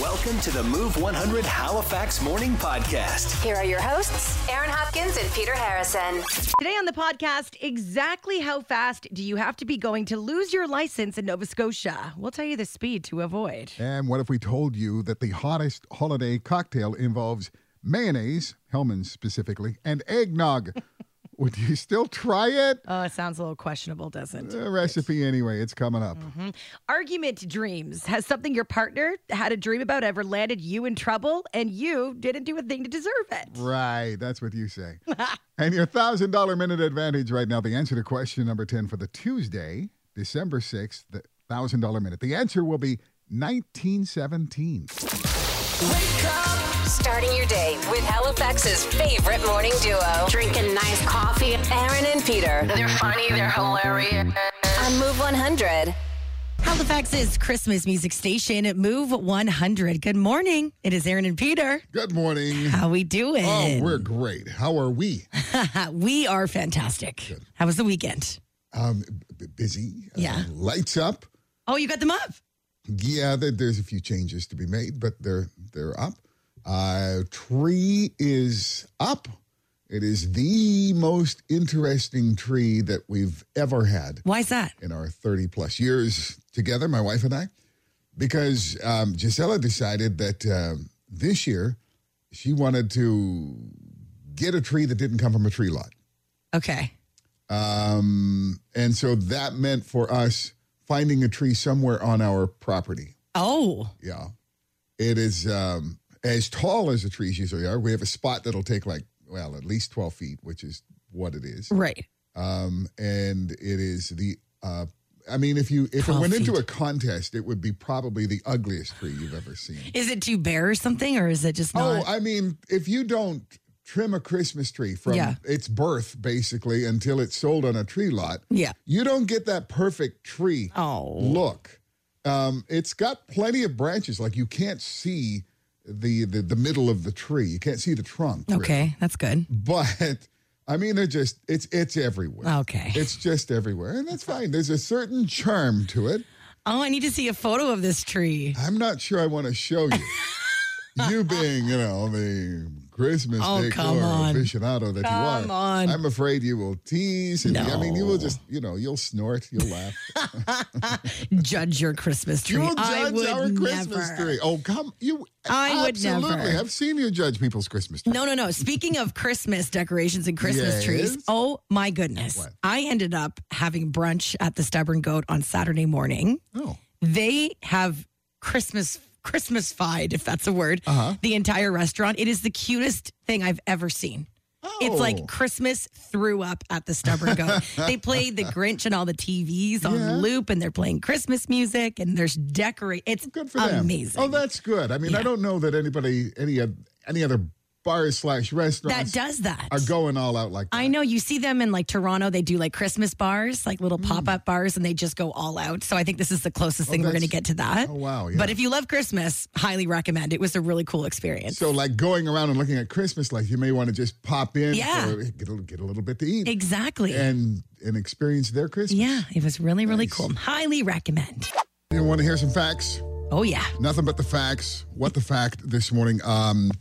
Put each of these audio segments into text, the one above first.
Welcome to the Move 100 Halifax Morning Podcast. Here are your hosts, Aaron Hopkins and Peter Harrison. Today on the podcast, exactly how fast do you have to be going to lose your license in Nova Scotia? We'll tell you the speed to avoid. And what if we told you that the hottest holiday cocktail involves mayonnaise, Hellman's specifically, and eggnog? Would you still try it? Uh, Oh, it sounds a little questionable, doesn't it? A recipe anyway, it's coming up. Mm-hmm. Argument dreams. Has something your partner had a dream about ever landed you in trouble and you didn't do a thing to deserve it? Right, that's what you say. and your $1,000 minute advantage right now. The answer to question number 10 for the Tuesday, December 6th, the $1,000 minute. The answer will be 1917. Starting your day with Halifax's favorite morning duo. Drinking nice coffee. Aaron and Peter. They're funny, they're hilarious. On Move 100. Halifax's Christmas music station, Move 100. Good morning. It is Aaron and Peter. Good morning. How we doing? Oh, we're great. How are we? Oh. we are fantastic. How was the weekend? Um, b- busy. Yeah. Uh, lights up. Oh, you got them up. Yeah, there, there's a few changes to be made, but they're they're up. Uh, tree is up. It is the most interesting tree that we've ever had Why is that? in our 30 plus years together, my wife and I, because um, Gisela decided that um, this year she wanted to get a tree that didn't come from a tree lot. Okay. Um, and so that meant for us finding a tree somewhere on our property. Oh, Yeah. It is um, as tall as the trees usually are. We have a spot that'll take like, well, at least 12 feet, which is what it is. right. Um, and it is the, uh, I mean, if you if it 12 went into feet. a contest, it would be probably the ugliest tree you've ever seen. Is it too bare or something, or is it just Oh, not? I mean, if you don't trim a Christmas tree from Yeah. its birth basically until it's sold on a tree lot, Yeah. you don't get that perfect tree Oh. look. Um, it's got plenty of branches, like you can't see the, the the middle of the tree. You can't see the trunk. really. okay. That's good. But I mean, they're just it's it's everywhere. Okay. It's just everywhere, and that's fine. There's a certain charm to it. Oh, I need to see a photo of this tree. I'm not sure I want to show you. you being, you know, the Christmas Oh, decor come on. aficionado that you Come are. on. I'm afraid you will tease. And I mean, you will No. just, you know, you'll snort, you'll laugh. Judge your Christmas tree. you will I judge would our Christmas never. tree. Oh, come. You I would absolutely. never. I've seen you judge people's Christmas tree. No, no, no. Speaking of Christmas decorations and Christmas Yes. trees, oh my goodness. What? I ended up having brunch at the Stubborn Goat on Saturday morning. No. They have Christmas Christmasfied, if that's a word, Uh-huh. the entire restaurant. It is the cutest thing I've ever seen. Oh. It's like Christmas threw up at the Stubborn Goat. they play the Grinch and all the TVs on Yeah. loop, and they're playing Christmas music, and there's decorate. It's good for them. amazing. Oh, that's good. I mean, I don't know that anybody, any of- any other bars slash that restaurants does that. are going all out like that. I know you see them in like Toronto. They do like Christmas bars, like Mm. little pop up bars, and they just go all out. So I think this is the closest thing we're that's- going to get to that. Oh, wow, yeah. But if you love Christmas, highly recommend. It was a really cool experience. So, like going around and looking at Christmas, like you may want to just pop in, Yeah. for- get a, get a little bit to eat, exactly. and and experience their Christmas. yeah, it was really, really Nice. cool. Highly recommend. You want to hear some facts? Oh, yeah. Nothing but the facts. What the fact this morning? Um,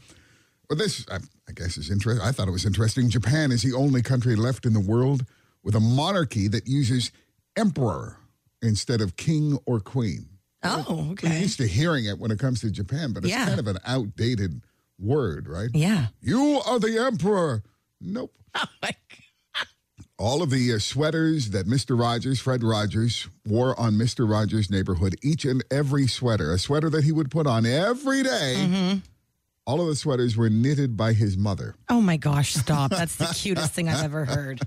well, this I, I guess is interesting. I thought it was interesting. Japan is the only country left in the world with a monarchy that uses emperor instead of king or queen. Oh, We're okay. used to hearing it when it comes to Japan, but it's Yeah. kind of an outdated word, right? Yeah. You are the emperor. Nope. Oh, my All of the uh, sweaters that Mr. Rogers, Fred Rogers, wore on Mr. Rogers' neighborhood, each and every sweater, a sweater that he would put on every day, Mm-hmm. all of the sweaters were knitted by his mother. oh my gosh, stop. That's the cutest thing I've ever heard.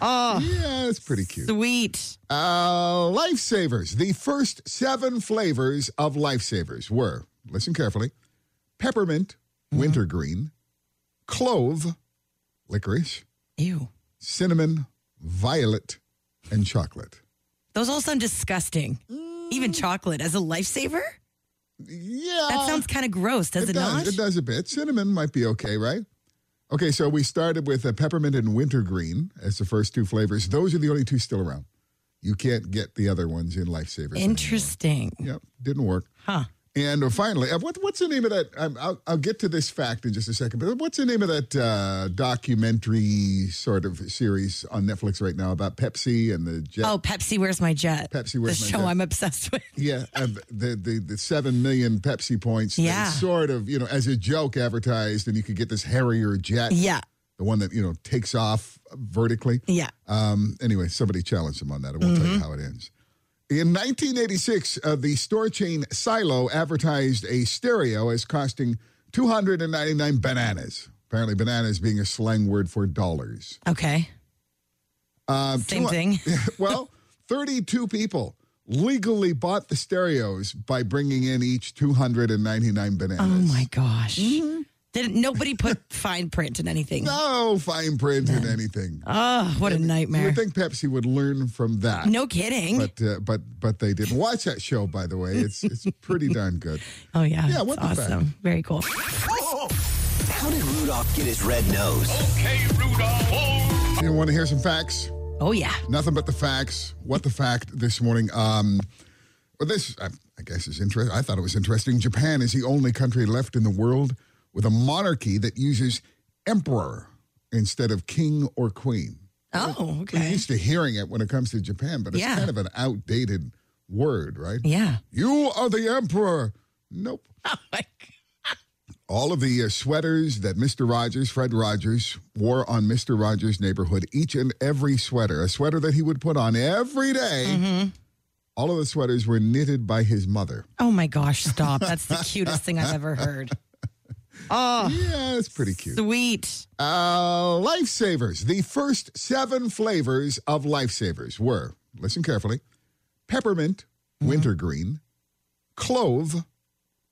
Oh, Yeah, it's pretty cute. sweet. Uh, lifesavers. The first seven flavors of lifesavers were listen carefully peppermint, Mm-hmm. wintergreen, clove, licorice, Ew. cinnamon, violet, and chocolate. Those all sound disgusting. Mm. Even chocolate as a lifesaver? Yeah. That sounds kind of gross, does it, does, not? Oh. It does a bit. Cinnamon might be okay, right? Okay, so we started with uh, peppermint and wintergreen as the first two flavors. Those are the only two still around. You can't get the other ones in Lifesavers. anymore. Interesting. Yep, didn't work. Huh. And finally, uh, what, what's the name of that? I'm, I'll, I'll get to this fact in just a second, but what's the name of that uh, documentary sort of series on Netflix right now about Pepsi and the jet? Oh, Pepsi, where's my jet? Pepsi, Where's the My show Jet? I'm obsessed with. Yeah, and the, the the seven million Pepsi points. that Yeah. sort of, you know, as a joke advertised, and you could get this Harrier jet. Yeah. the one that you know takes off vertically. Yeah. Mm-hmm. Um, anyway, somebody challenged him on that. I won't tell you how it ends. In 1986, uh, the store chain Silo advertised a stereo as costing 299 bananas. Apparently, bananas being a slang word for dollars. Okay. Um, Same two- thing. well, 32 people legally bought the stereos by bringing in each 299 bananas. Oh my gosh. Mm-hmm. Didn't nobody put fine print in anything? No fine print in anything. Oh, what a You nightmare. would think Pepsi would learn from that. no kidding. But uh, but but they didn't watch that show. By the way, it's it's pretty darn good. oh yeah. Yeah, it's what the fact? awesome. Very cool. How did Rudolph get his red nose? You want to hear some facts? Oh yeah. Nothing but the facts. What the fact this morning? Um, well, this I, I guess is interesting. I thought it was interesting. Japan is the only country left in the world with a monarchy that uses emperor instead of king or queen. Oh, We're okay. used to hearing it when it comes to Japan, but it's Yeah. kind of an outdated word, right? Yeah. You are the emperor. Nope. Oh my All of the uh, sweaters that Mr. Rogers, Fred Rogers, wore on Mr. Rogers' neighborhood, each and every sweater, a sweater that he would put on every day, Mm-hmm. all of the sweaters were knitted by his mother. Oh my gosh, stop. That's the cutest thing I've ever heard. Oh, Yeah, it's pretty cute. sweet. Uh, lifesavers. The first seven flavors of lifesavers were listen carefully peppermint, Mm-hmm. wintergreen, clove,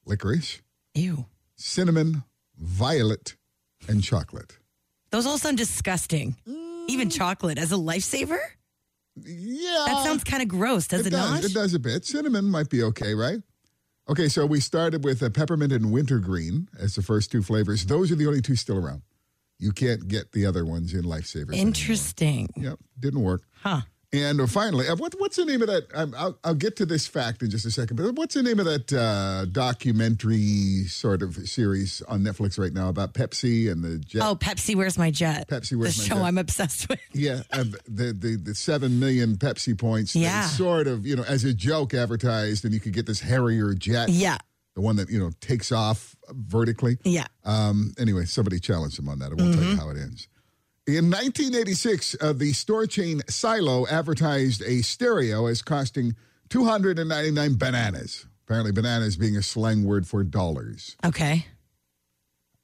licorice, Ew. cinnamon, violet, and chocolate. Those all sound disgusting. Mm. Even chocolate as a lifesaver? Yeah. That sounds kind of gross, does it, does. not? Uh, It does a bit. Cinnamon might be okay, right? Okay, so we started with a peppermint and wintergreen as the first two flavors. Those are the only two still around. You can't get the other ones in Lifesavers. anymore. Interesting. Yep, didn't work. Huh. And finally, uh, what, what's the name of that? I'm, I'll, I'll get to this fact in just a second, but what's the name of that uh, documentary sort of series on Netflix right now about Pepsi and the jet? Oh, Pepsi, where's my jet? Pepsi, Where's the My show Jet? I'm obsessed with. Yeah, uh, the, the the seven million Pepsi points. that Yeah. sort of, you know, as a joke advertised, and you could get this Harrier jet, Yeah. the one that you know takes off vertically. Yeah. Um, anyway, somebody challenged him on that. I won't Mm-hmm. tell you how it ends. In 1986, uh, the store chain Silo advertised a stereo as costing 299 bananas. Apparently, bananas being a slang word for dollars. Okay.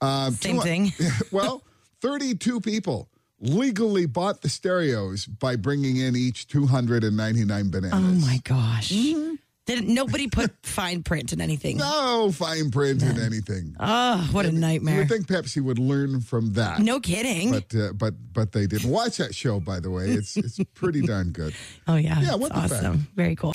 Um, Same two- thing. well, 32 people legally bought the stereos by bringing in each 299 bananas. Oh my gosh. Mm-hmm. Didn't nobody put fine print in anything? No fine print in anything. Oh, what a You nightmare. would think Pepsi would learn from that. no kidding. But uh, but but they didn't watch that show. By the way, it's it's pretty darn good. oh yeah. Yeah, it's what the fact? awesome. Very cool.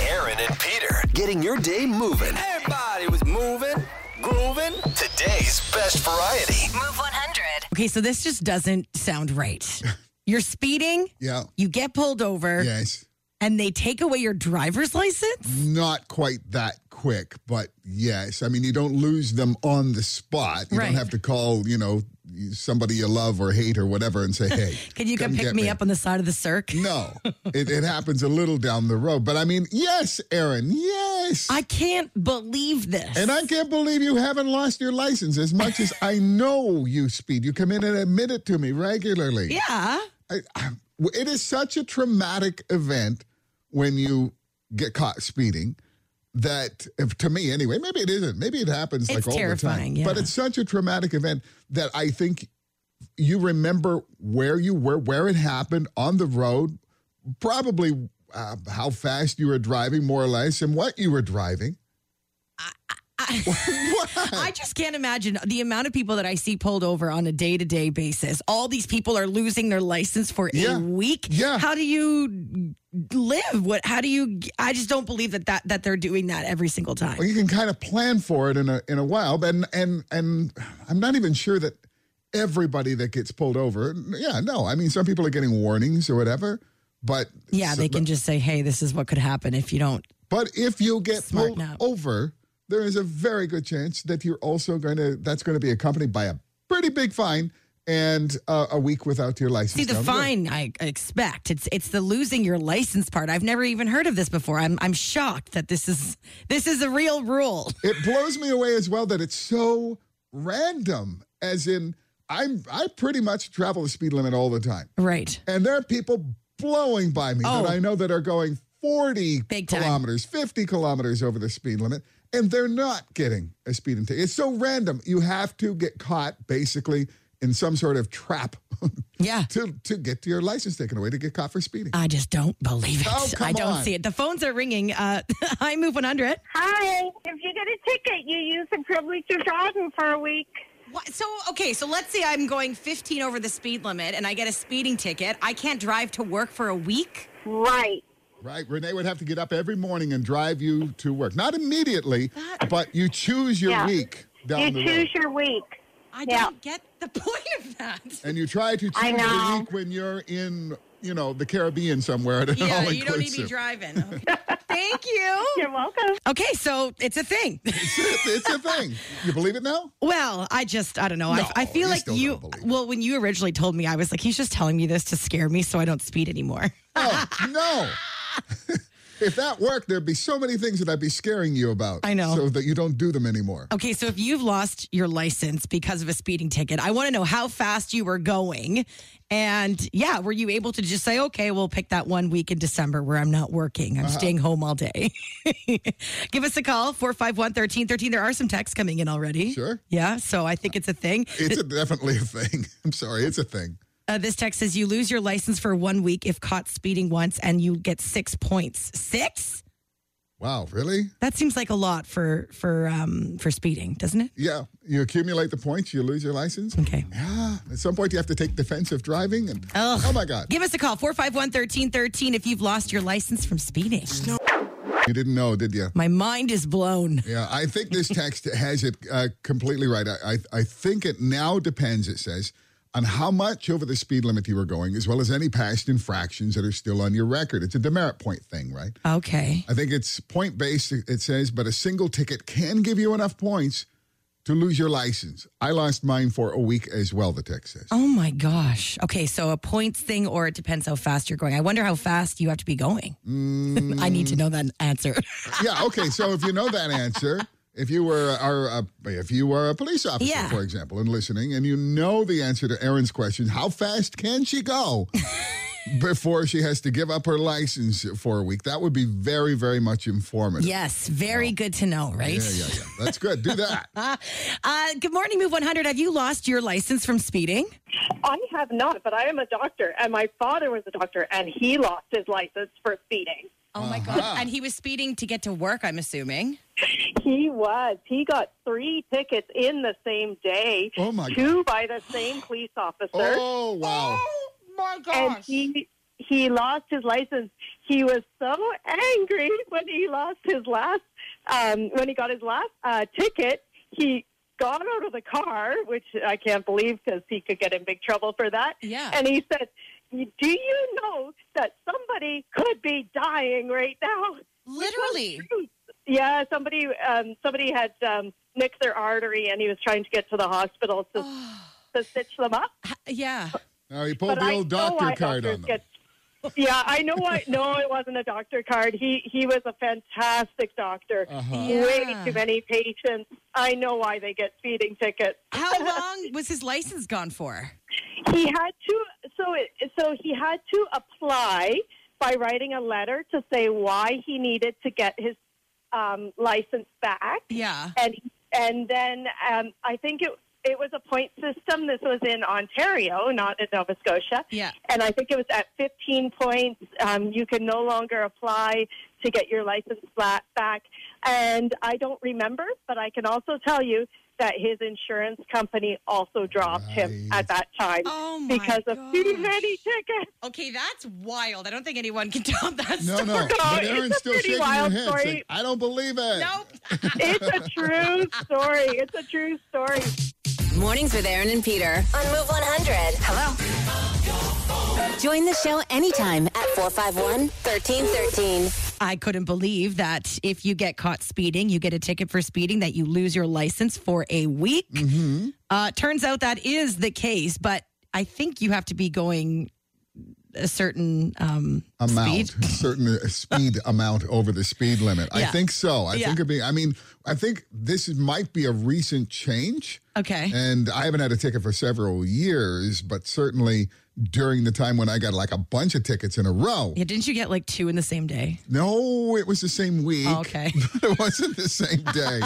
Aaron and Peter getting your day moving. Everybody was moving, grooving. Today's best variety. Move 100. Okay, so this just doesn't sound right. You're speeding, Yeah. you get pulled over, Yes. and they take away your driver's license? Not quite that quick, but yes. I mean, you don't lose them on the spot. You Right. don't have to call, you know, somebody you love or hate or whatever and say, hey, Can you come, pick get me, up on the side of the circ? No, it, it happens a little down the road. But I mean, yes, Aaron, yes. I can't believe this. and I can't believe you haven't lost your license as much as I know you speed. You come in and admit it to me regularly. yeah. I, I, it is such a traumatic event when you get caught speeding that, if, to me anyway, maybe it isn't. Maybe it happens like It's all the time. terrifying, yeah. But it's such a traumatic event that I think you remember where you were, where it happened on the road, probably uh, how fast you were driving, more or less, and what you were driving. what? I just can't imagine the amount of people that I see pulled over on a day to day basis. All these people are losing their license for Yeah. a week. Yeah. How do you live? What? How do you? I just don't believe that that, that they're doing that every single time. Well, you can kind of plan for it in a in a while, but and and and I'm not even sure that everybody that gets pulled over. Yeah, no, I mean some people are getting warnings or whatever, but yeah, they can just say, "Hey, this is what could happen if you don't." But if you get Smarten pulled up. over, there is a very good chance that you're also going to that's going to be accompanied by a pretty big fine and uh, a week without your license. See the down road. fine I I expect. It's it's the losing your license part. I've never even heard of this before. I'm I'm shocked that this is this is a real rule. It blows me away as well that it's so random. As in, I'm I pretty much travel the speed limit all the time, Right. and there are people blowing by me Oh. that I know that are going 40 Big time. kilometers, 50 kilometers over the speed limit, and they're not getting a speeding ticket. It's so random. You have to get caught basically in some sort of trap Yeah. to to get your license taken away to get caught for speeding. I just don't believe it. Oh, come I don't on. see it. The phones are ringing. Uh, I move 100. Hi. If you get a ticket, you use the privilege of driving for a week. What? So, okay, so let's say I'm going 15 over the speed limit and I get a speeding ticket. I can't drive to work for a week? Right. Right, Renee would have to get up every morning and drive you to work. Not immediately, but you choose your Yeah. week You down the road. choose your week. I Yeah. don't get the point of that. and you try to I choose the know. week when you're in, you know, the Caribbean somewhere at an Yeah, you don't need to all-inclusive. be driving. Okay. Thank you. You're welcome. Okay, so it's a thing. it's a thing. You believe it now? Well, I just, I don't know. No, I, I feel you like still you, don't believe it. well, when you originally told me, I was like, he's just telling me this to scare me so I don't speed anymore. Oh no! if that worked, there'd be so many things that I'd be scaring you about. I know. so that you don't do them anymore. Okay, so if you've lost your license because of a speeding ticket, I want to know how fast you were going. And yeah, were you able to just say, okay, we'll pick that one week in December where I'm not working, I'm staying home all day? Give us a call, 451 1313. There are some texts coming in already. Sure. Yeah, so I think it's a thing. It's a, definitely a thing. I'm sorry, it's a thing. Uh, this text says, you lose your license for one week if caught speeding once and you get six points. Six? Wow, really? That seems like a lot for for um for speeding, doesn't it? Yeah, you accumulate the points, you lose your license. Okay. Yeah. At some point, you have to take defensive driving, and Ugh. oh my God, Give us a call, 451 1313, if you've lost your license from speeding. you didn't know, did you? My mind is blown. Yeah, I think this text has it uh, completely right. I, I I think it now depends. It says on how much over the speed limit you were going, as well as any past infractions that are still on your record. It's a demerit point thing, right? Okay. I think it's point based. It says, but a single ticket can give you enough points to lose your license. I lost mine for a week as well. The text says. Oh my gosh. Okay, so a points thing, or it depends how fast you're going. I wonder how fast you have to be going. I need to know that answer. yeah. Okay. So if you know that answer, if you were are a, if you were a police officer, Yeah. for example, and listening, and you know the answer to Erin's question, how fast can she go before she has to give up her license for a week? That would be very, very much informative. yes, very good to know, right? Yeah, yeah, yeah. That's good. Do that. Uh, good morning, Move 100. Have you lost your license from speeding? I have not, but I am a doctor, and my father was a doctor, and he lost his license for speeding. Oh my Uh-huh. God. And he was speeding to get to work, I'm assuming. He was. He got three tickets in the same day. Oh, my Two by the same police officer, Oh wow. and he he lost his license. He was so angry when he lost his last um, when he got his last uh, ticket. He got out of the car, which I can't believe because he could get in big trouble for that. Yeah. And he said, "Do you know that somebody could be dying right now?" Literally. Yeah, somebody um, somebody had um, nicked their artery, and he was trying to get to the hospital to, to stitch them up. Yeah. Now he pulled Oh, the I old know doctor why card doctors on them. get- yeah, I know why. No, it wasn't a doctor card. He he was a fantastic doctor. Uh-huh. Yeah. Way too many patients. I know why they get speeding tickets. How long was his license gone for? He had to so it, so he had to apply by writing a letter to say why he needed to get his um, license back. Yeah. and and then um, I think it it was a point system. This was in Ontario, not in Nova Scotia. Yeah. And I think it was at 15 points. Um, you can no longer apply to get your license flat back. And I don't remember, but I can also tell you that his insurance company also dropped him Right. at that time Oh my because of too gosh. many tickets. Okay, that's wild. I don't think anyone can top that No, story. no. But it's Erin's a still pretty shaking her wild head. It's story. like, I don't believe it. Nope. It's a true story. It's a true story. Mornings with Aaron and Peter on Move 100. Hello. Join the show anytime at 451 1313. I couldn't believe that if you get caught speeding, you get a ticket for speeding, that you lose your license for a week. Mm-hmm. Uh, turns out that is the case, but I think you have to be going a certain um, amount, speed. certain uh, speed amount over the speed limit. I Yeah. think so. I Yeah. think it'd be. I mean, I think this is- might be a recent change. Okay. And I haven't had a ticket for several years, but certainly during the time when I got like a bunch of tickets in a row. yeah, didn't you get like two in the same day? No, it was the same week. Oh, Okay. it wasn't the same day.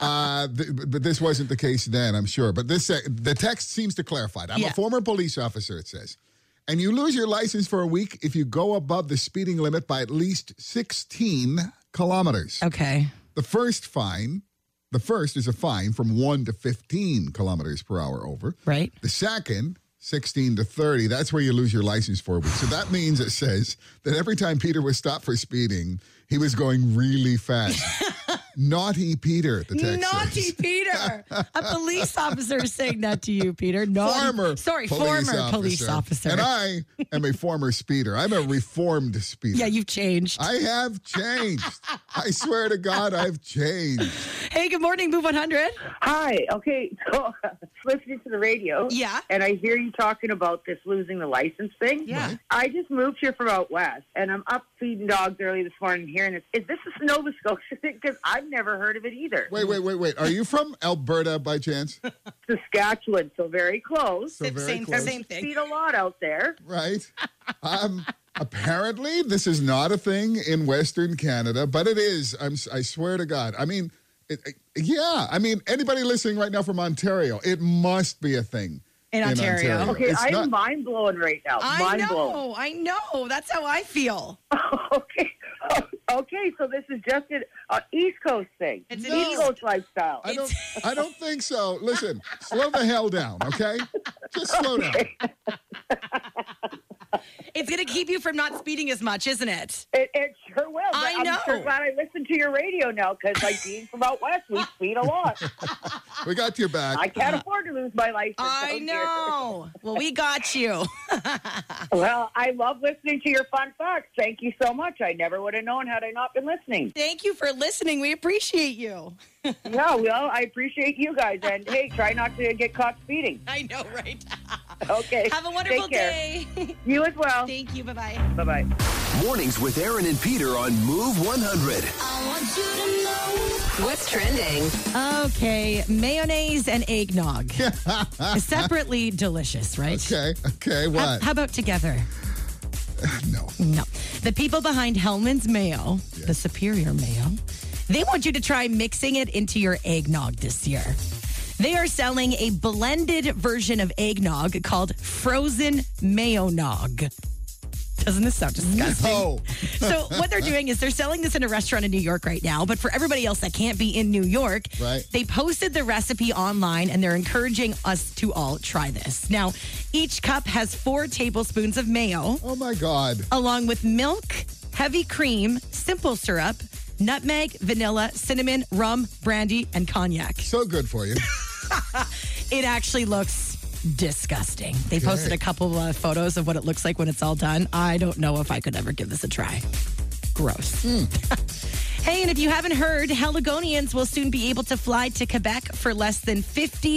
uh, th- but- but this wasn't the case then, I'm sure. But this uh, the text seems to clarify. it. I'm Yeah. a former police officer, it says. And you lose your license for a week if you go above the speeding limit by at least 16 kilometers. Okay. The first fine, the first is a fine from 1 to 15 kilometers per hour over. Right. The second, 16 to 30, that's where you lose your license for a week. So that means it says that every time Peter was stopped for speeding, he was going really fast. Naughty Peter, the text Naughty says. Peter. A police officer is saying that to you, Peter. Naughty, Former Sorry, police former officer. police officer. And I am a former speeder. I'm a reformed speeder. yeah, you've changed. I have changed. I swear to God, I've changed. hey, good morning, Move 100. Hi. Okay. So, listening to the radio. Yeah. And I hear you talking about this losing the license thing. Yeah. Right. I just moved here from out west, and I'm up feeding dogs early this morning, hearing this. Is this a Nova Scotia thing? Because I've never heard of it either. Wait, wait, wait, wait. Are you from Alberta by chance? Saskatchewan, so very close. So very same, close. same thing. Feed a lot out there. right? Um, apparently, this is not a thing in Western Canada, but it is. I'm, si swear to God. I mean, it, it- yeah. I mean, anybody listening right now from Ontario, it must be a thing In Ontario. Okay, It's I'm not- mind blown right now. I mind blown. know. I know. That's how I feel. okay. Okay, so this is just an uh, East Coast thing. It's an East East- Coast lifestyle. I don't. I don't think so. Listen, slow the hell down, okay? Just slow down. It's going to keep you from not speeding as much, isn't it? It, it sure will. but I I'm know. sure glad I listened to your radio now because, like, being from out west, we speed a lot. We got your back. I can't afford to lose my license. I out here. know. Oh, Well, we got you. Well, I love listening to your fun facts. Thank you so much. I never would have known had I not been listening. Thank you for listening. We appreciate you. No, well, I appreciate you guys. And hey, try not to get caught speeding. I know, right? Okay. Have a wonderful Take care. day. You as well. Thank you. Bye bye. Bye bye. Mornings with Aaron and Peter on Move 100. What's trending? Okay, mayonnaise and eggnog. Separately delicious, right? Okay. Okay. How, What? how about together? No. No. The people behind Hellman's Mayo, the Yes. superior mayo, they want you to try mixing it into your eggnog this year. They are selling a blended version of eggnog called frozen mayo nog. Doesn't this sound disgusting? No. so what they're doing is they're selling this in a restaurant in New York right now, but for everybody else that can't be in New York, Right. they posted the recipe online and they're encouraging us to all try this. Now, each cup has 4 tablespoons of mayo Oh my God. along with milk, heavy cream, simple syrup, nutmeg, vanilla, cinnamon, rum, brandy and cognac. So good for you. It actually looks disgusting. They Okay. posted a couple of uh, photos of what it looks like when it's all done. I don't know if I could ever give this a try. Gross. hey, and if you haven't heard, Heligonians will soon be able to fly to Quebec for less than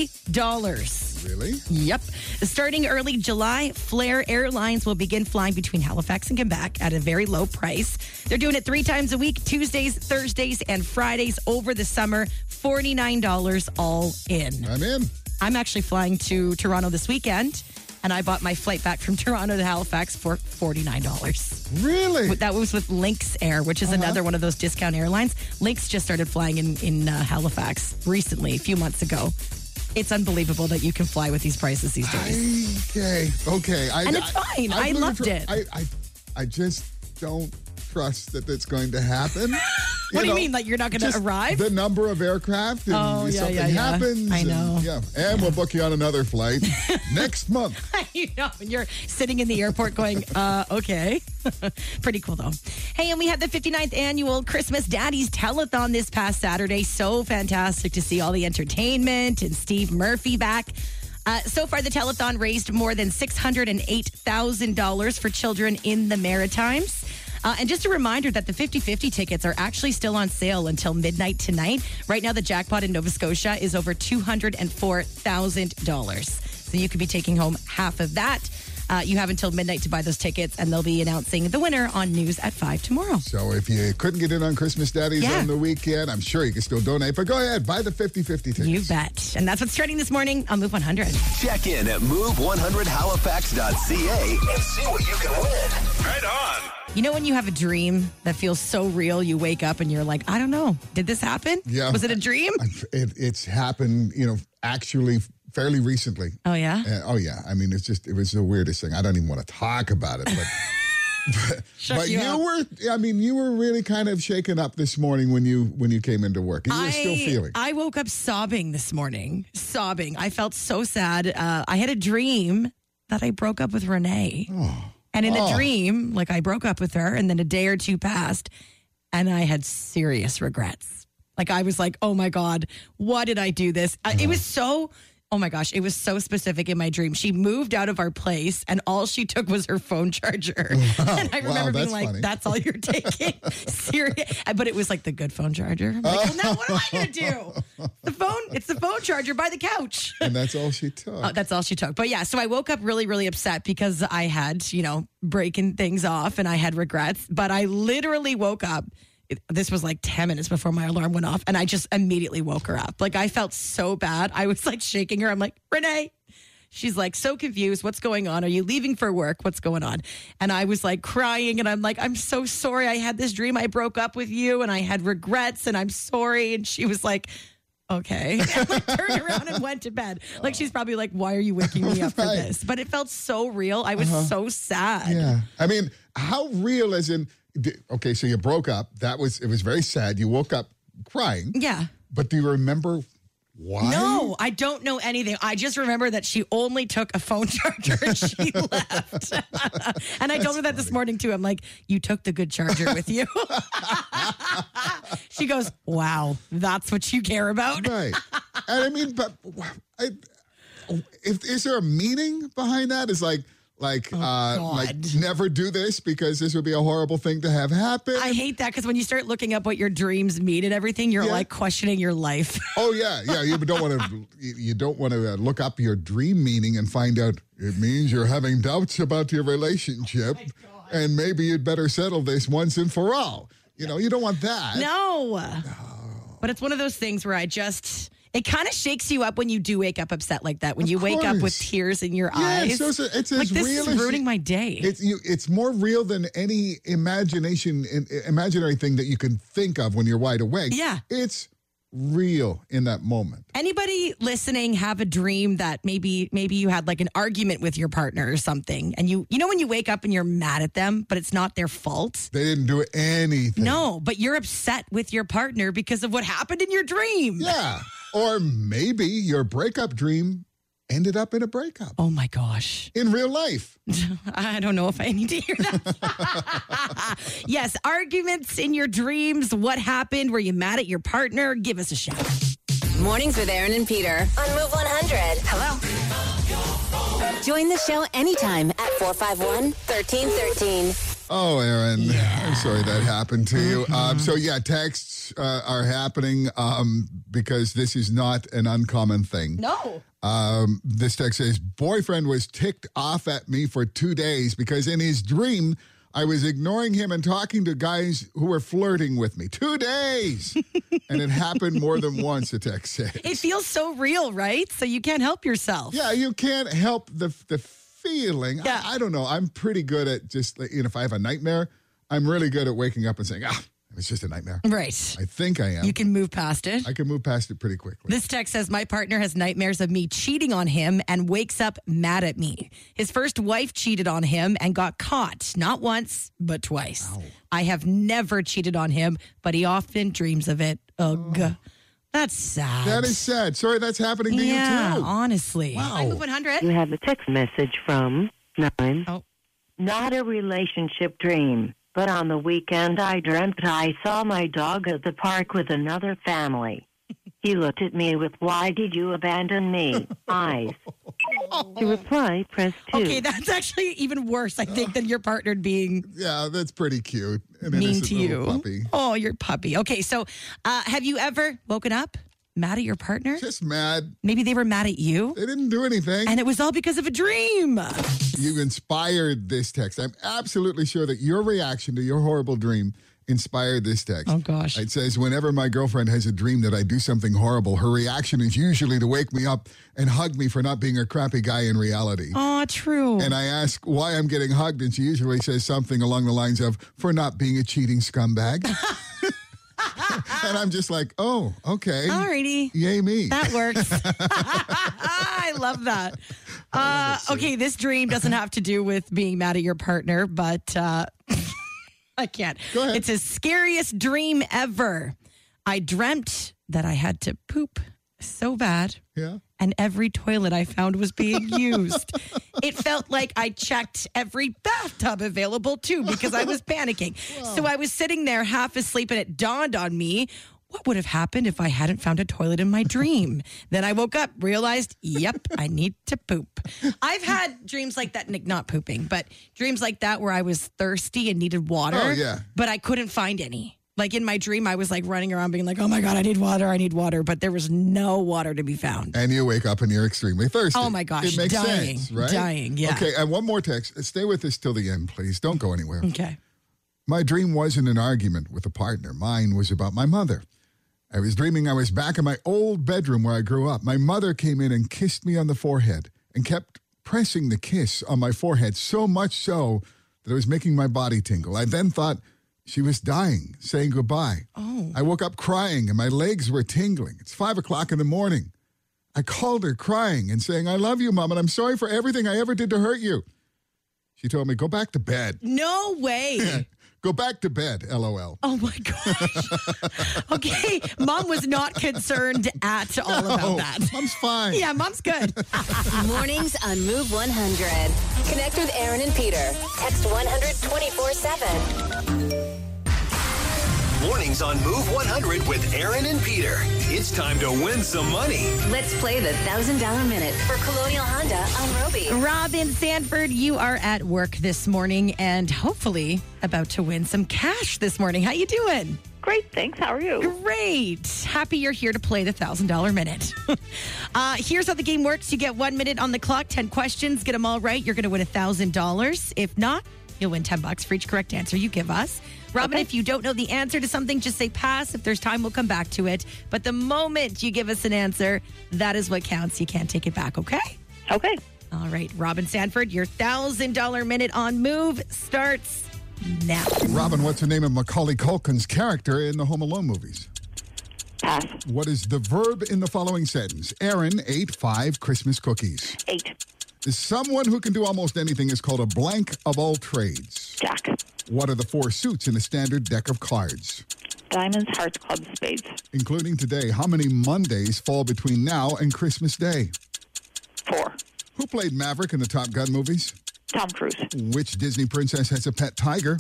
$50. Really? Yep. Starting early July, Flair Airlines will begin flying between Halifax and Quebec at a very low price. They're doing it three times a week Tuesdays, Thursdays, and Fridays over the summer. $49 all in. I'm in. I'm actually flying to Toronto this weekend, and I bought my flight back from Toronto to Halifax for $49. Really? That was with Lynx Air, which is another one of those discount airlines. Lynx just started flying in, in uh, Halifax recently, a few months ago. It's unbelievable that you can fly with these prices these days. Okay, okay. I, And it's fine. I really loved tr- it. I, I, I just don't trust that that's going to happen. What do you mean, like you're not gonna just arrive? The number of aircraft and Oh, yeah, something yeah, yeah. happens. I and- know. yeah, and we'll book you on another flight next month. you know, and you're sitting in the airport going, uh, okay. Pretty cool, though. Hey, and we had the 59th annual Christmas Daddies Telethon this past Saturday. So fantastic to see all the entertainment and Steve Murphy back. Uh, so far, the telethon raised more than $608,000 for children in the Maritimes. Uh, and just a reminder that the 50 50 tickets are actually still on sale until midnight tonight. Right now, the jackpot in Nova Scotia is over $204,000. So you could be taking home half of that. Uh, you have until midnight to buy those tickets, and they'll be announcing the winner on news at 5 tomorrow. So if you couldn't get in on Christmas Daddies Yeah. on the weekend, I'm sure you can still donate. But go ahead, buy the 50-50 tickets. You bet. And that's what's trending this morning on Move 100. Check in at move100halifax.ca and see what you can win. You know when you have a dream that feels so real, you wake up and you're like, I don't know, did this happen? Yeah. Was it a dream? It, it's happened, you know, actually fairly recently. oh, yeah. Uh, oh yeah, I mean, it's just it was the weirdest thing. I don't even want to talk about it, but. But, but you you, up. were, I mean, you were really kind of shaken up this morning when you when you came into work. You were still feeling. I woke up sobbing this morning, sobbing. I felt so sad. Uh, I had a dream that I broke up with Renee. And in the Oh. dream, like I broke up with her, and then a day or two passed, and I had serious regrets. Like I was like, oh my God, why did I do this? I, it was so. Oh my gosh, it was so specific in my dream. She moved out of our place and all she took was her phone charger. And I Wow, remember being that's like, funny. that's all you're taking. Serious. But it was like the good phone charger. I'm like, well, now what am I going to do? The phone, it's the phone charger by the couch. and that's all she took. Uh, that's all she took. But yeah, so I woke up really, really upset because I had, you know, breaking things off and I had regrets. But I literally woke up. it- This was like 10 minutes before my alarm went off. And I just immediately woke her up. Like I felt so bad. I was like shaking her. I'm like, Renee. She's like, so confused. What's going on? Are you leaving for work? What's going on? And I was like crying. And I'm like, I'm so sorry. I had this dream. I broke up with you and I had regrets and I'm sorry. And she was like, okay. And, like, turned around and went to bed. Like she's probably like, why are you waking me up for Right. this? But it felt so real. I was so sad. yeah, I mean, how real? As in, d- okay, so you broke up. That was it was very sad. You woke up crying. Yeah. But do you remember why? No, I don't know anything. I just remember that she only took a phone charger and she left. and I told her that this morning too. I'm like, you took the good charger with you. she goes, wow, that's what you care about. Right. and I mean, but I, if is there a meaning behind that? Is like like uh like Oh, God. never do this because this would be a horrible thing to have happen. I hate that because when you start looking up what your dreams mean and everything, you're Yeah. like questioning your life. oh yeah, yeah. You don't want to you don't want to look up your dream meaning and find out it means you're having doubts about your relationship, and maybe you'd better settle this once and for all. You know, you don't want that. No. But it's one of those things where I just it kind of shakes you up when you do wake up upset like that. When Of you wake up with course. tears in your Yeah, eyes. so it's a- it's like as this real is as- ruining my day. It's you. It's more real than any imagination, in, imaginary thing that you can think of when you're wide awake. Yeah. it's real in that moment. Anybody listening have a dream that maybe maybe you had like an argument with your partner or something and you you know when you wake up and you're mad at them but it's not their fault? They didn't do anything. No, but you're upset with your partner because of what happened in your dream. Yeah, or maybe your breakup dream ended up in a breakup Oh my gosh. in real life. I don't know if I need to hear that. yes, arguments in your dreams. What happened? Were you mad at your partner? Give us a shout. Mornings with Aaron and Peter on Move 100. Hello. Join the show anytime at 451 1313. Oh, Aaron, I'm sorry that happened to you. Um, so yeah, texts uh, are happening um, because this is not an uncommon thing. No. Um, this text says, Boyfriend was ticked off at me for two days because in his dream, I was ignoring him and talking to guys who were flirting with me. Two days! and it happened more than once, the text said. It feels so real, right? So you can't help yourself. Yeah, you can't help the, the feeling. Yeah. I, I don't know. I'm pretty good at just, like, you know, if I have a nightmare, I'm really good at waking up and saying, ah, it was just a nightmare. Right. I think I am. You can move past it. I can move past it pretty quickly. This text says my partner has nightmares of me cheating on him and wakes up mad at me. His first wife cheated on him and got caught, not once, but twice. I have never cheated on him, but he often dreams of it. Ugh. Oh. That's sad. that is sad. Sorry that's happening to yeah, you too. honestly. Wow. I move 100. You have a text message from nine. Oh. Not a relationship dream, but on the weekend I dreamt I saw my dog at the park with another family. he looked at me with, Why did you abandon me? eyes. To reply, press 2. Okay, that's actually even worse, I think, than your partner being Yeah, that's pretty cute. An mean innocent to little you. puppy. Oh, your puppy. Okay, so uh, have you ever woken up mad at your partner? Just mad. Maybe they were mad at you, They didn't do anything. and it was all because of a dream. you inspired this text. I'm absolutely sure that your reaction to your horrible dream inspired this text. Oh, gosh. It says, Whenever my girlfriend has a dream that I do something horrible, her reaction is usually to wake me up and hug me for not being a crappy guy in reality. Oh, true. And I ask why I'm getting hugged, and she usually says something along the lines of, for not being a cheating scumbag. and I'm just like, oh, okay. Alrighty. Yay, me. That works. I love that. Uh, okay, this dream doesn't have to do with being mad at your partner, but uh, I can't. Go ahead. It's the scariest dream ever. I dreamt that I had to poop so bad, yeah. and every toilet I found was being used. it felt like I checked every bathtub available too because I was panicking. So I was sitting there half asleep, and it dawned on me. What would have happened if I hadn't found a toilet in my dream? then I woke up, realized, yep, I need to poop. I've had dreams like that, Nick, not pooping, but dreams like that where I was thirsty and needed water, Oh, yeah. but I couldn't find any. Like in my dream, I was like running around being like, oh my God, I need water, I need water, but there was no water to be found. And you wake up and you're extremely thirsty. Oh, my gosh, It makes dying, sense, right? dying, yeah. Okay, and one more text. Stay with us till the end, please. Don't go anywhere. Okay. My dream wasn't an argument with a partner. Mine was about my mother. I was dreaming I was back in my old bedroom where I grew up. My mother came in and kissed me on the forehead and kept pressing the kiss on my forehead so much so that it was making my body tingle. I then thought she was dying, saying goodbye. Oh. I woke up crying and my legs were tingling. It's five o'clock in the morning. I called her crying and saying, I love you, Mom, and I'm sorry for everything I ever did to hurt you. She told me, Go back to bed. No way. Go back to bed, lol. Oh my gosh. okay. Mom was not concerned at all about that. Mom's fine. Yeah, mom's good. Mornings on Move 100. Connect with Aaron and Peter. Text 124 7. Mornings on Move 100 with Aaron and Peter. It's time to win some money. Let's play the $1,000 minute for Colonial Honda on Roby. Robin Sanford, you are at work this morning and hopefully about to win some cash this morning. How you doing? Great, thanks. How are you? Great. Happy you're here to play the $1,000 minute. uh, here's how the game works you get one minute on the clock, 10 questions, get them all right. You're going to win $1,000. If not, you'll win 10 bucks for each correct answer you give us. Robin, if you don't know the answer to something, just say pass. If there's time, we'll come back to it. But the moment you give us an answer, that is what counts. You can't take it back, okay? Okay. All right, Robin Sanford, your $1,000 minute on move starts now. Robin, what's the name of Macaulay Culkin's character in the Home Alone movies? Pass. What is the verb in the following sentence? Aaron ate five Christmas cookies. Eight. Is someone who can do almost anything is called a blank of all trades. Jack. What are the four suits in a standard deck of cards? Diamonds, hearts, clubs, spades. Including today, how many Mondays fall between now and Christmas Day? Four. Who played Maverick in the Top Gun movies? Tom Cruise. Which Disney princess has a pet tiger?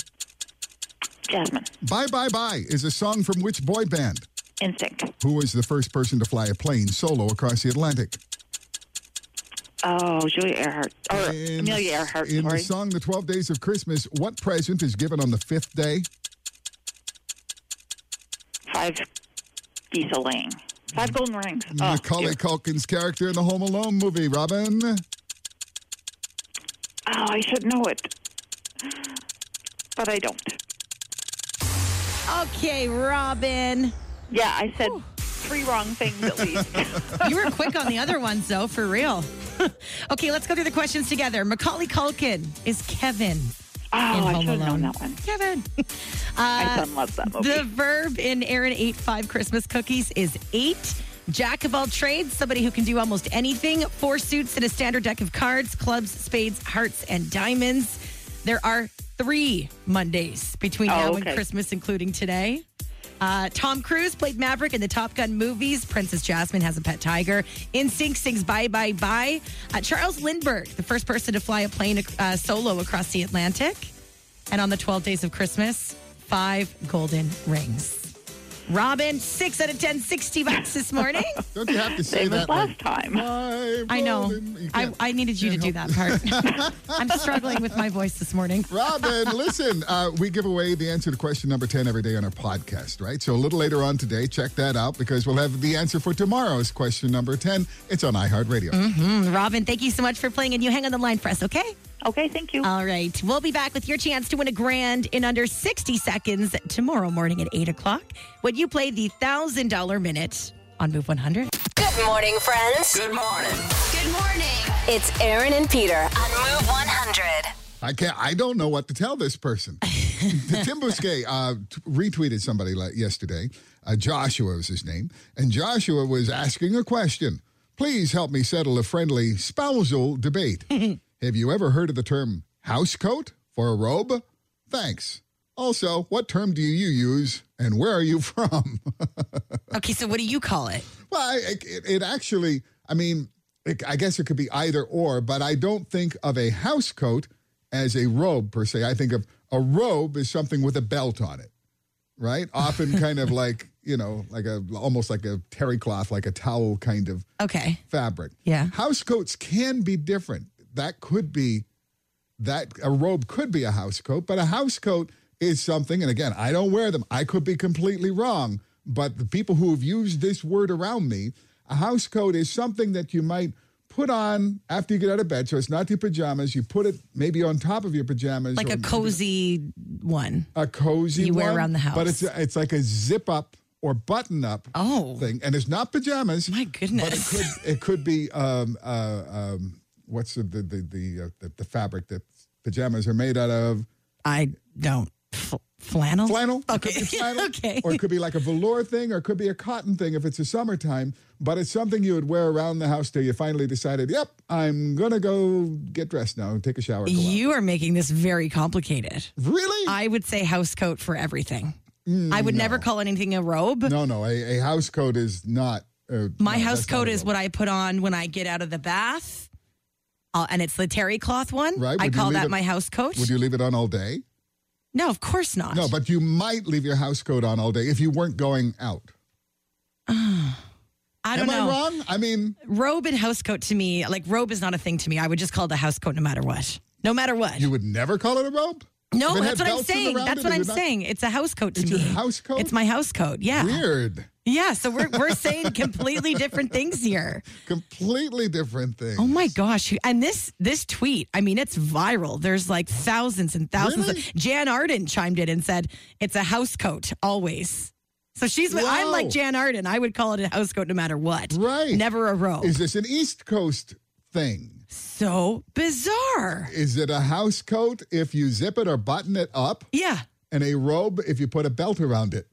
Jasmine. Bye Bye Bye is a song from which boy band? Instinct. Who was the first person to fly a plane solo across the Atlantic? Oh, Julia Earhart. Or Amelia Earhart. in the Sorry. song The 12 Days of Christmas, what present is given on the fifth day? Five diesel laying. Five golden rings. Oh, Macaulay dear. Culkin's character in the Home Alone movie, Robin. oh, I should know it. But I don't. Okay, Robin. Yeah, I said three wrong things at least. You were quick on the other ones, though, for real. okay, let's go through the questions together. Macaulay Culkin is Kevin. Oh, I Home should have known Alone. that one. Kevin. My Uh, son loves that movie. the verb in Aaron ate five Christmas cookies is eight. Jack of all trades, somebody who can do almost anything. Four suits and a standard deck of cards, clubs, spades, hearts, and diamonds. There are three Mondays between Oh, now and okay. Christmas, including today. Uh, Tom Cruise played Maverick in the Top Gun movies. Princess Jasmine has a pet tiger. Instinct sings Bye Bye Bye. Uh, Charles Lindbergh, the first person to fly a plane uh, solo across the Atlantic. And on the 12 days of Christmas, five golden rings. Robin, six out of 10, 60 bucks this morning. Don't you have to say Same as that? last like, time. "Five I know. Robin." Oh, You I, can't- I needed you to do that part. I'm struggling with my voice this morning. Robin, listen, uh, we give away the answer to question number 10 every day on our podcast, right? So a little later on today, check that out because we'll have the answer for tomorrow's question number 10. It's on iHeartRadio. Robin, thank you so much for playing, and you hang on the line for us, okay? Okay, thank you. All right. We'll be back with your chance to win a grand in under 60 seconds tomorrow morning at 8 o'clock when you play the $1,000 minute on Move 100. Good morning, friends. Good morning. Good morning. It's Aaron and Peter on Move 100. I can't. I don't know what to tell this person. the Tim Bousquet uh, t- retweeted somebody like yesterday. Uh, Joshua was his name, and Joshua was asking a question. Please help me settle a friendly spousal debate. Have you ever heard of the term housecoat for a robe? Thanks. Also, what term do you use, and where are you from? Okay, so what do you call it? Well, I, it, it actually, I mean, it, I guess it could be either or, but I don't think of a house coat as a robe per se. I think of a robe as something with a belt on it, right? Often kind of like, you know, like a almost like a terry cloth, like a towel kind of Okay. fabric. Yeah. House coats can be different. That could be that a robe could be a house coat, but a house coat is something, and again, I don't wear them. I could be completely wrong, but the people who have used this word around me, a house coat is something that you might put on after you get out of bed. So it's not your pajamas. You put it maybe on top of your pajamas. Like or- a cozy one. a cozy you wear one, around the house. But it's it's like a zip up or button up Oh. thing. And it's not pajamas. My goodness. But it could it could be um uh um what's the the the the, uh, the, the fabric that pajamas are made out of I don't. F- flannel? flannel. It Okay. could be flannel. Okay. Or it could be like a velour thing, or it could be a cotton thing if it's a summertime. But it's something you would wear around the house till you finally decided, yep, I'm gonna go get dressed now and take a shower. and go out." You are making this very complicated. really? I would say house coat for everything. Mm, I would never call anything a robe. no, no. A, a house coat is not. Uh, My no, house that's not coat a is robe. what I put on when I get out of the bath, uh, and it's the terry cloth one. Right, I would you call leave that it- my house coat. Would you leave it on all day? no, of course not. No, but you might leave your house coat on all day if you weren't going out. I don't Am know. I wrong? I mean, Robe and house coat to me, like robe is not a thing to me. I would just call it a house coat no matter what. No matter what. you would never call it a robe? no, If it had that's what I'm belts and saying. around That's it, what it I'm would not- saying. It's a house coat to It's me. your house coat? It's my house coat. Yeah. Weird. Yeah. So we're, we're saying completely different things here. Completely different thing. Oh my gosh. And this this tweet, I mean, it's viral. There's like thousands and thousands Really? of Jan Arden chimed in and said, It's a house coat always. So she's I'm Wow. like Jan Arden. I would call it a house coat no matter what. Right. Never a robe. Is this an East Coast thing? so bizarre. Is it a house coat if you zip it or button it up, Yeah. and a robe if you put a belt around it?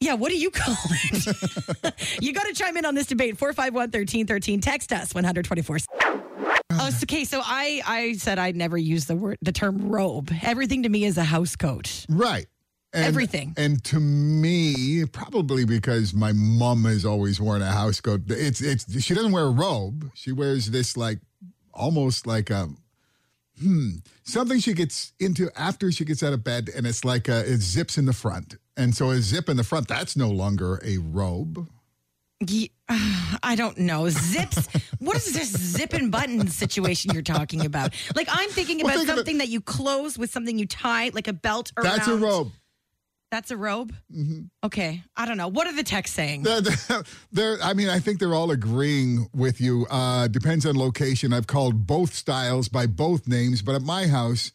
Yeah, what do you call it? you got to chime in on this debate. 451 1313. Text us 124. Oh, so- okay. So I, I said I'd never use the word, the term robe. Everything to me is a house coat. Right. And, Everything. And to me, probably because my mom has always worn a house coat. It's it's she doesn't wear a robe. She wears this like almost like a hmm something she gets into after she gets out of bed, and it's like a, it zips in the front. And so a zip in the front that's no longer a robe. Ye- I don't know. Zips. what is this zip and button situation you're talking about? Like, I'm thinking Well, about think of it- something that you close with something you tie, like a belt around. That's a robe. That's a robe? Mm-hmm. Okay. I don't know. What are the texts saying? They're- they're- I mean, I think they're all agreeing with you. Uh, depends on location. I've called both styles by both names, but at my house,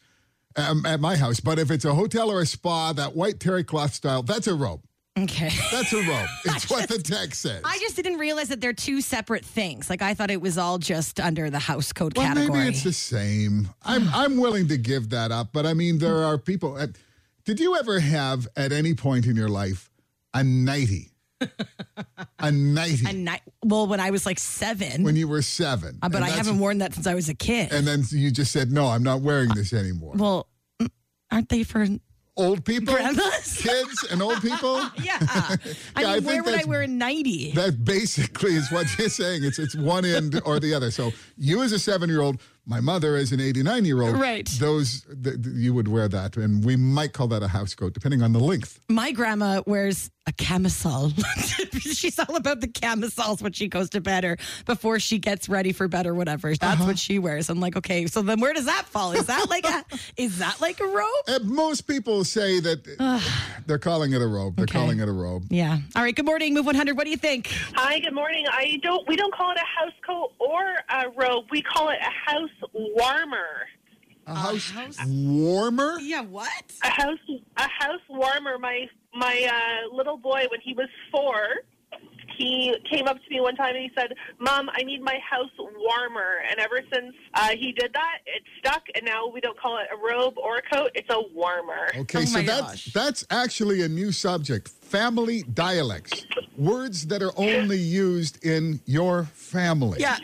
um, at my house. But if it's a hotel or a spa, that white terry cloth style, that's a robe. okay. That's a robe. It's what the text says. I just didn't realize that they're two separate things. Like, I thought it was all just under the house code well, category. Hmm. maybe it's the same. I'm I'm willing to give that up, but I mean, there are people. uh, Did you ever have at any point in your life a nighty? a nighty and I, well, when I was like seven, when you were seven. uh, And but I that's- Eh. haven't worn that since I was a kid. and then you just said, "No, I'm not wearing this anymore." well, mm, aren't they for old people, grandmas? kids, and old people. Yeah. I mean, I where think would I that's- wear a 90? That basically is what you're saying. It's it's one end or the other. So you, as a seven year old, my mother as an 89 year old, Right. those, th- th- you would wear that. And we might call that a house coat, depending on the length. My grandma wears a camisole. She's all about the camisoles when she goes to bed or before she gets ready for bed or whatever. Uh-huh. That's what she wears. I'm like, okay, so then where does that fall? Is that like a is that like a robe? And most people say that they're calling it a robe. They're Okay. calling it a robe. Yeah. All right. Good morning, Move 100. What do you think? Hi, good morning. I don't. We don't call it a house coat or a robe. We call it a house warmer. A house, warmer? Yeah. What? A house. A house warmer. My my uh, little boy when he was four. He came up to me one time and he said, "Mom, I need my house warmer." And ever since uh, he did that, it stuck. And now we don't call it a robe or a coat; it's a warmer. Okay, Oh so my that's gosh. that's actually a new subject: family dialects, words that are only used in your family. Yeah.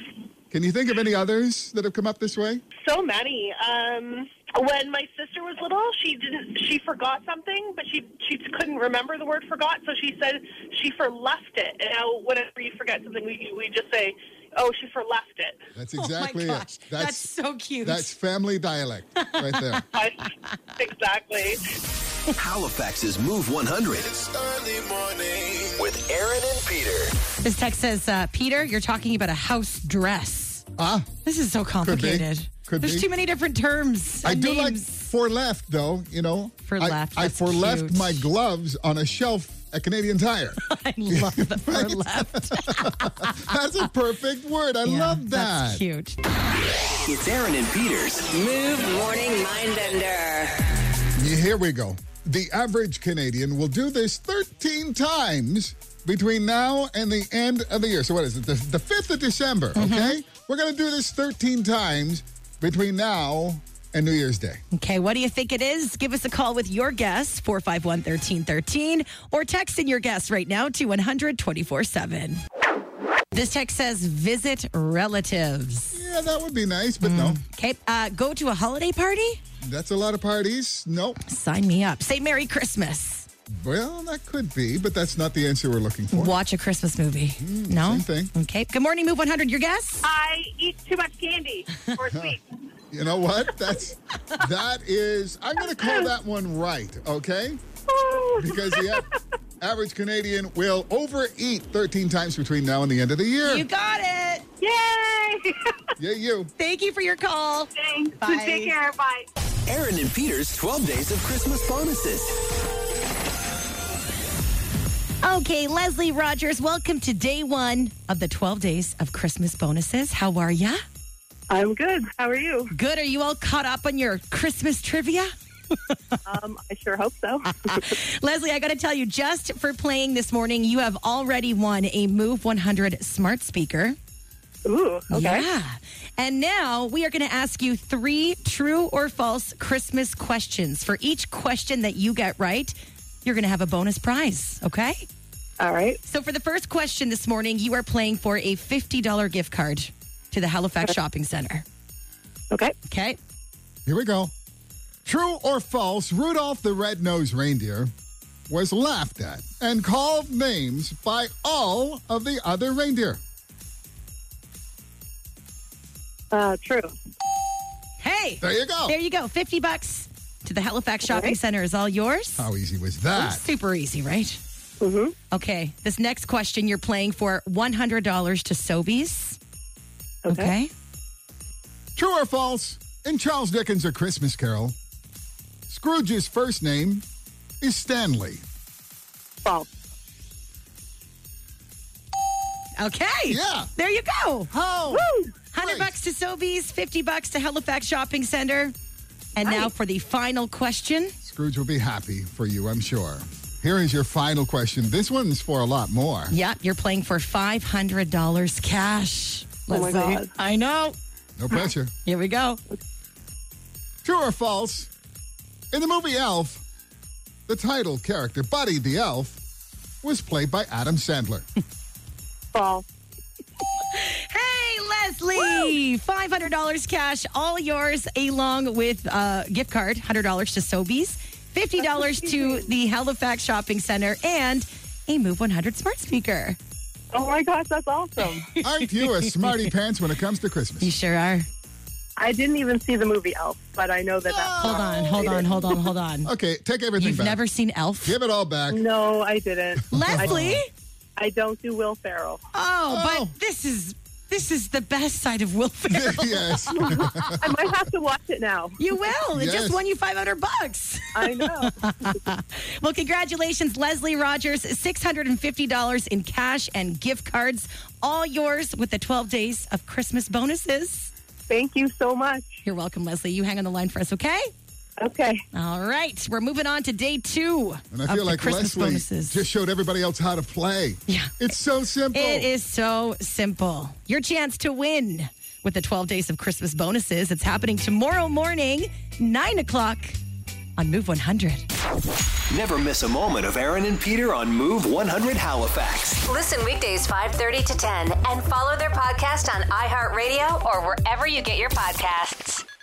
Can you think of any others that have come up this way? So many. Um, when my sister was little, she didn't. She forgot something, but she she couldn't remember the word "forgot," so she said she forleft it. And now, whenever you forget something, we we just say, "Oh, she forleft it." That's oh exactly my gosh. it. That's, so cute. that's family dialect right there. I, exactly. Halifax's Move 100 with Aaron and Peter. this text says, uh, Peter, you're talking about a house dress. Ah, This is so complicated. Could There's be. too many different terms. I and do like names. for left though. You know, For I- left, I that's for left cute. my gloves on a shelf at Canadian Tire. I love the for left. that's a perfect word. I Yeah, love That's that. cute. It's Aaron and Peter's. Move Morning Mindbender. Yeah, Here we go. The average Canadian will do this 13 times between now and the end of the year. So, what is it? The, the 5th of December, okay? We're going to do this 13 times between now and New Year's Day. Okay, what do you think it is? Give us a call with your guess, 451 1313, or text in your guess right now to 100 24 7. This text says visit relatives. Yeah, that would be nice, but no. Okay, uh, go to a holiday party? That's a lot of parties. Nope. Sign me up. Say Merry Christmas. Well, that could be, but that's not the answer we're looking for. Watch a Christmas movie. no? Hmm, same thing. Okay, good morning, Move 100. Your guess? I eat too much candy or sweets. You know what? That's that is. I'm going to call that one right. Okay. Oh. Because the a- average Canadian will overeat 13 times between now and the end of the year. You got it. Yay! yeah, you. Thank you for your call. Thanks. Bye. Take care. Bye. Aaron and Peter's 12 Days of Christmas Bonuses. Okay, Leslie Rogers, welcome to day one of the 12 days of Christmas bonuses. How are ya? I'm good. How are you? Good. Are you all caught up on your Christmas trivia? Um, I sure hope so. Leslie, I got to tell you, just for playing this morning, you have already won a Move 100 smart speaker. Ooh, okay. Yeah. And now we are going to ask you three true or false Christmas questions. For each question that you get right, you're going to have a bonus prize. Okay. All right. So for the first question this morning, you are playing for a $50 gift card to the Halifax Shopping Center. Okay. Okay. Here we go. True or false, Rudolph the Red-Nosed Reindeer was laughed at and called names by all of the other reindeer. Uh, true. Hey. There you go. There you go. 50 bucks to the Halifax Shopping right. Center is all yours. How easy was that? Super easy, right? Mm-hmm. Okay. This next question, you're playing for $100 to Sobeys. Okay. True or false? In Charles Dickens' A Christmas Carol, Scrooge's first name is Stanley. False. Okay. Yeah. There you go. Oh. Woo! 100 Nice. bucks to Sobeys, 50 bucks to Halifax Shopping Center. And now for the final question. Scrooge will be happy for you, I'm sure. Here is your final question. This one's for a lot more. Yep, you're playing for $500 cash. Oh my Leslie. God. I know. No pressure. Here we go. True or false? In the movie Elf, the title character, Buddy the Elf, was played by Adam Sandler. False. Hey, Leslie! $500 cash, all yours, along with uh, gift card, $100 to Sobeys, $50 to the Halifax Shopping Center, and a Move 100 smart speaker. Oh my gosh, that's awesome. Aren't you a smarty pants when it comes to Christmas? You sure are. I didn't even see the movie Elf, but I know that that's Oh. Hold on, hold on, hold on, hold on. Okay, take everything You've back. never seen Elf? Give it all back. No, I didn't. Leslie? I don't do Will Ferrell. Oh, Oh. but this is this is the best side of Will Ferrell. yes. I might have to watch it now. You will. It Yes. just won you 500 bucks. I know. Well, congratulations, Leslie Rogers. $650 in cash and gift cards, all yours with the 12 days of Christmas bonuses. Thank you so much. You're welcome, Leslie. You hang on the line for us, okay? Okay. All right. We're moving on to day two And I of feel the like Christmas Leslie bonuses. just showed everybody else how to play. Yeah. It's so simple. It is so simple. Your chance to win with the 12 days of Christmas bonuses. It's happening tomorrow morning, 9 o'clock on Move 100. Never miss a moment of Aaron and Peter on Move 100 Halifax. Listen weekdays 5:30 to 10 and follow their podcast on iHeartRadio or wherever you get your podcasts.